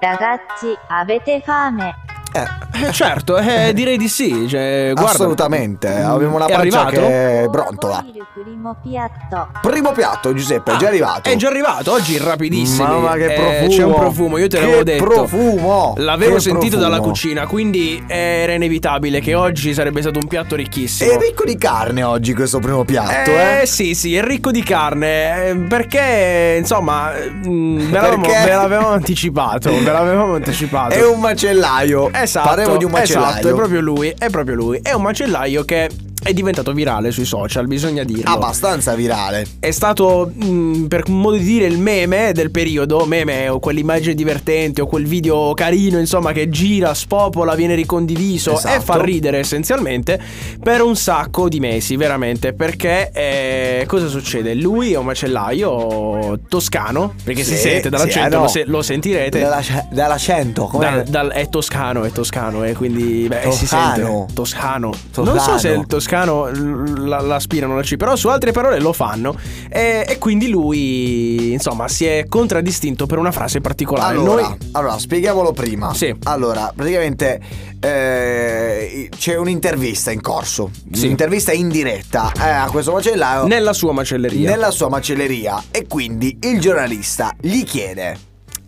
Ragazzi, avete fame? Eh, certo, eh, direi di sì. Cioè, guarda, Assolutamente, eh, mm, abbiamo una è pancia arrivato? che brontola. Il primo piatto. Primo piatto, Giuseppe, è già Ah, arrivato. È già arrivato, oggi rapidissimo. Eh, Mamma che profumo. c'è un profumo, io te Che l'avevo detto. profumo. L'avevo Che sentito profumo. dalla cucina, quindi era inevitabile che oggi sarebbe stato un piatto ricchissimo. È ricco di carne oggi questo primo piatto, eh, eh? sì, sì, è ricco di carne. eh, Perché, insomma, mm, ve l'avevamo- Perché? ve l'avevamo anticipato. Ve l'avevamo anticipato. È un macellaio. Esatto, Parliamo di un macellaio. esatto, è proprio lui, è proprio lui. È un macellaio che è diventato virale sui social, bisogna dirlo. Ah, Abbastanza virale. è stato, mh, per modo di dire, il meme del periodo, meme o quell'immagine divertente o quel video carino, insomma, che gira, spopola, viene ricondiviso e Esatto. fa ridere essenzialmente per un sacco di mesi, veramente, perché eh, cosa succede? Lui è un macellaio toscano, perché si Sì, sente sì, dall'accento, eh no. lo, se- lo sentirete. Dalla, dall'accento, com'è? Dal- dal- è toscano, è toscano, e quindi beh, si sente Toscano. toscano. Non Toscano. so se il toscano l- la- l'aspirano la C, però su altre parole lo fanno. E, e quindi lui, insomma, si è contraddistinto per una frase particolare. Allora, Noi- allora, spieghiamolo prima. Sì. Allora, praticamente eh, c'è un'intervista in corso. Sì. Un'intervista in diretta eh, a questo macellaio nella sua macelleria, nella sua macelleria. E quindi il giornalista gli chiede: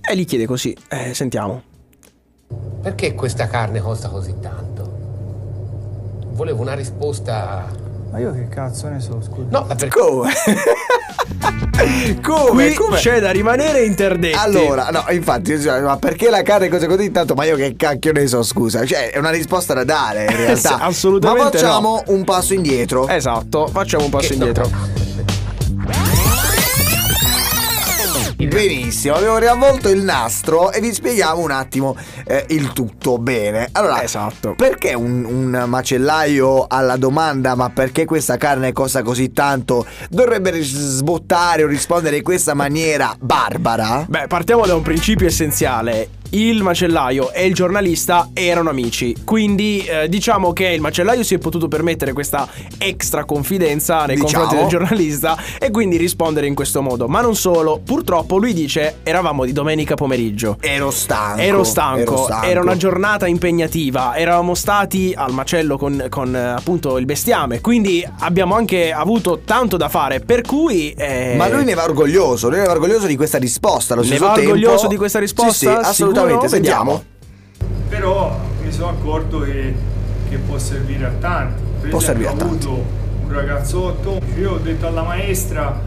e gli chiede così: eh, Sentiamo. Perché questa carne costa così tanto? Volevo una risposta. Ma io che cazzo ne so, scusa. No, ma perché? Come? come? Qui come? c'è da rimanere interdetti. Allora, no, infatti, cioè, ma perché la carne cosa così tanto? Ma io che cacchio ne so, scusa. Cioè, è una risposta da dare in realtà. Assolutamente Ma facciamo un passo indietro. esatto, facciamo un passo indietro. Benissimo, abbiamo riavvolto il nastro e vi spieghiamo un attimo eh, il tutto bene. Allora, Esatto. perché un, un macellaio alla domanda ma perché questa carne costa così tanto dovrebbe ris- sbottare o rispondere in questa maniera barbara? Beh, partiamo da un principio essenziale. Il macellaio e il giornalista erano amici, quindi eh, diciamo che il macellaio si è potuto permettere questa extra confidenza nei Diciamo. confronti del giornalista e quindi rispondere in questo modo. Ma non solo, purtroppo lui dice eravamo di domenica pomeriggio. Ero stanco. Ero stanco, ero stanco. era una giornata impegnativa, eravamo stati al macello con, con, eh, appunto il bestiame, quindi abbiamo anche avuto tanto da fare, per cui... eh, Ma lui ne va orgoglioso, lui ne va orgoglioso di questa risposta. Allo Ne stesso va tempo- orgoglioso di questa Sì, sì, risposta? assolutamente. Sicuro? Sentiamo. Vediamo. Però mi sono accorto che, che può servire a tanti. Per Può esempio, servire a ho tanti. avuto un ragazzotto, io ho detto alla maestra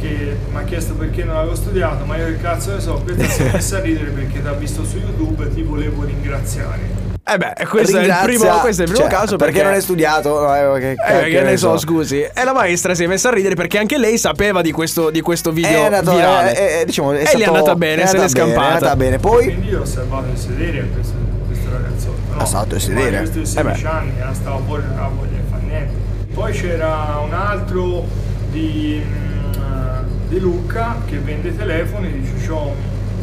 che mi ha chiesto perché non avevo studiato, ma io che cazzo ne so, questa si è messa a ridere perché ti ha visto su YouTube e ti volevo ringraziare. Eh beh, questo è il Ringrazia- primo, questo è il primo cioè, caso perché, perché, non hai studiato. Eh, che, Eh, cacchio che ne so, scusi. E la maestra si è messa a ridere perché anche lei sapeva di questo, di questo video È andato- virale. eh, eh, diciamo, è e stato- gli è andata bene, è se l'è andata bene, È scampata. andata bene. Poi Quindi io ho osservato il sedere a questo, questo ragazzotto. No? Ha salto Esatto, il Ma sedere. Questo di Eh beh. 16 anni, era stava fuori, non aveva voglia di fare niente. Poi c'era un altro di, mm, di Lucca che vende telefoni, dice ciò.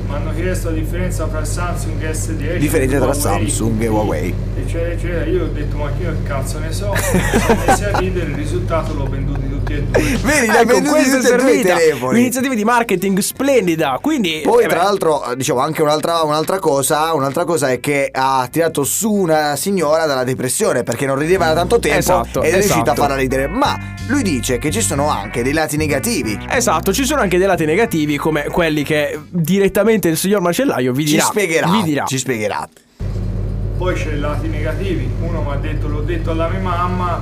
Mi hanno chiesto la differenza tra Samsung S10 Differenza tra Samsung e Huawei. E c'è- c'è- io ho detto ma che cazzo ne so, mi sono messi a ridere, il risultato l'ho venduti tutti e due. vedi, Ecco, l'hai venduto questa è eh, tutti e due i servita. telefoni. Un'iniziativa di marketing splendida. Quindi, Poi, eh tra beh, l'altro, eh, diciamo anche un'altra, un'altra cosa. Un'altra cosa è che ha tirato su una signora dalla depressione perché non rideva da tanto tempo Esatto, ed è riuscita a esatto. farla ridere. Ma lui dice che ci sono anche dei lati negativi. Esatto, ci sono anche dei lati negativi come quelli che direttamente il signor macellaio vi Ci dirà. spiegherà. Vi dirà. Ci spiegherà. Poi c'è i lati negativi, uno mi ha detto l'ho detto alla mia mamma,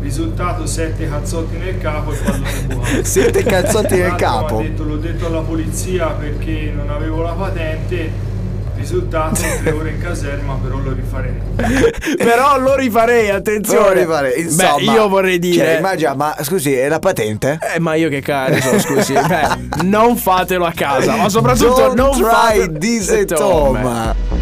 risultato sette cazzotti nel capo e pallone buono. Siete cazzotti nel Ho capo. detto, l'ho detto alla polizia perché non avevo la patente, risultato tre ore in caserma, però lo rifarei. Però lo rifarei, attenzione. Però arrivare, insomma, Beh, io vorrei dire. Cioè, immagina, ma scusi, è la patente? Eh, ma io che cazzo sono, scusi. Beh, non fatelo a casa, Esatto, ma soprattutto Don't non try fate this at Tom. home.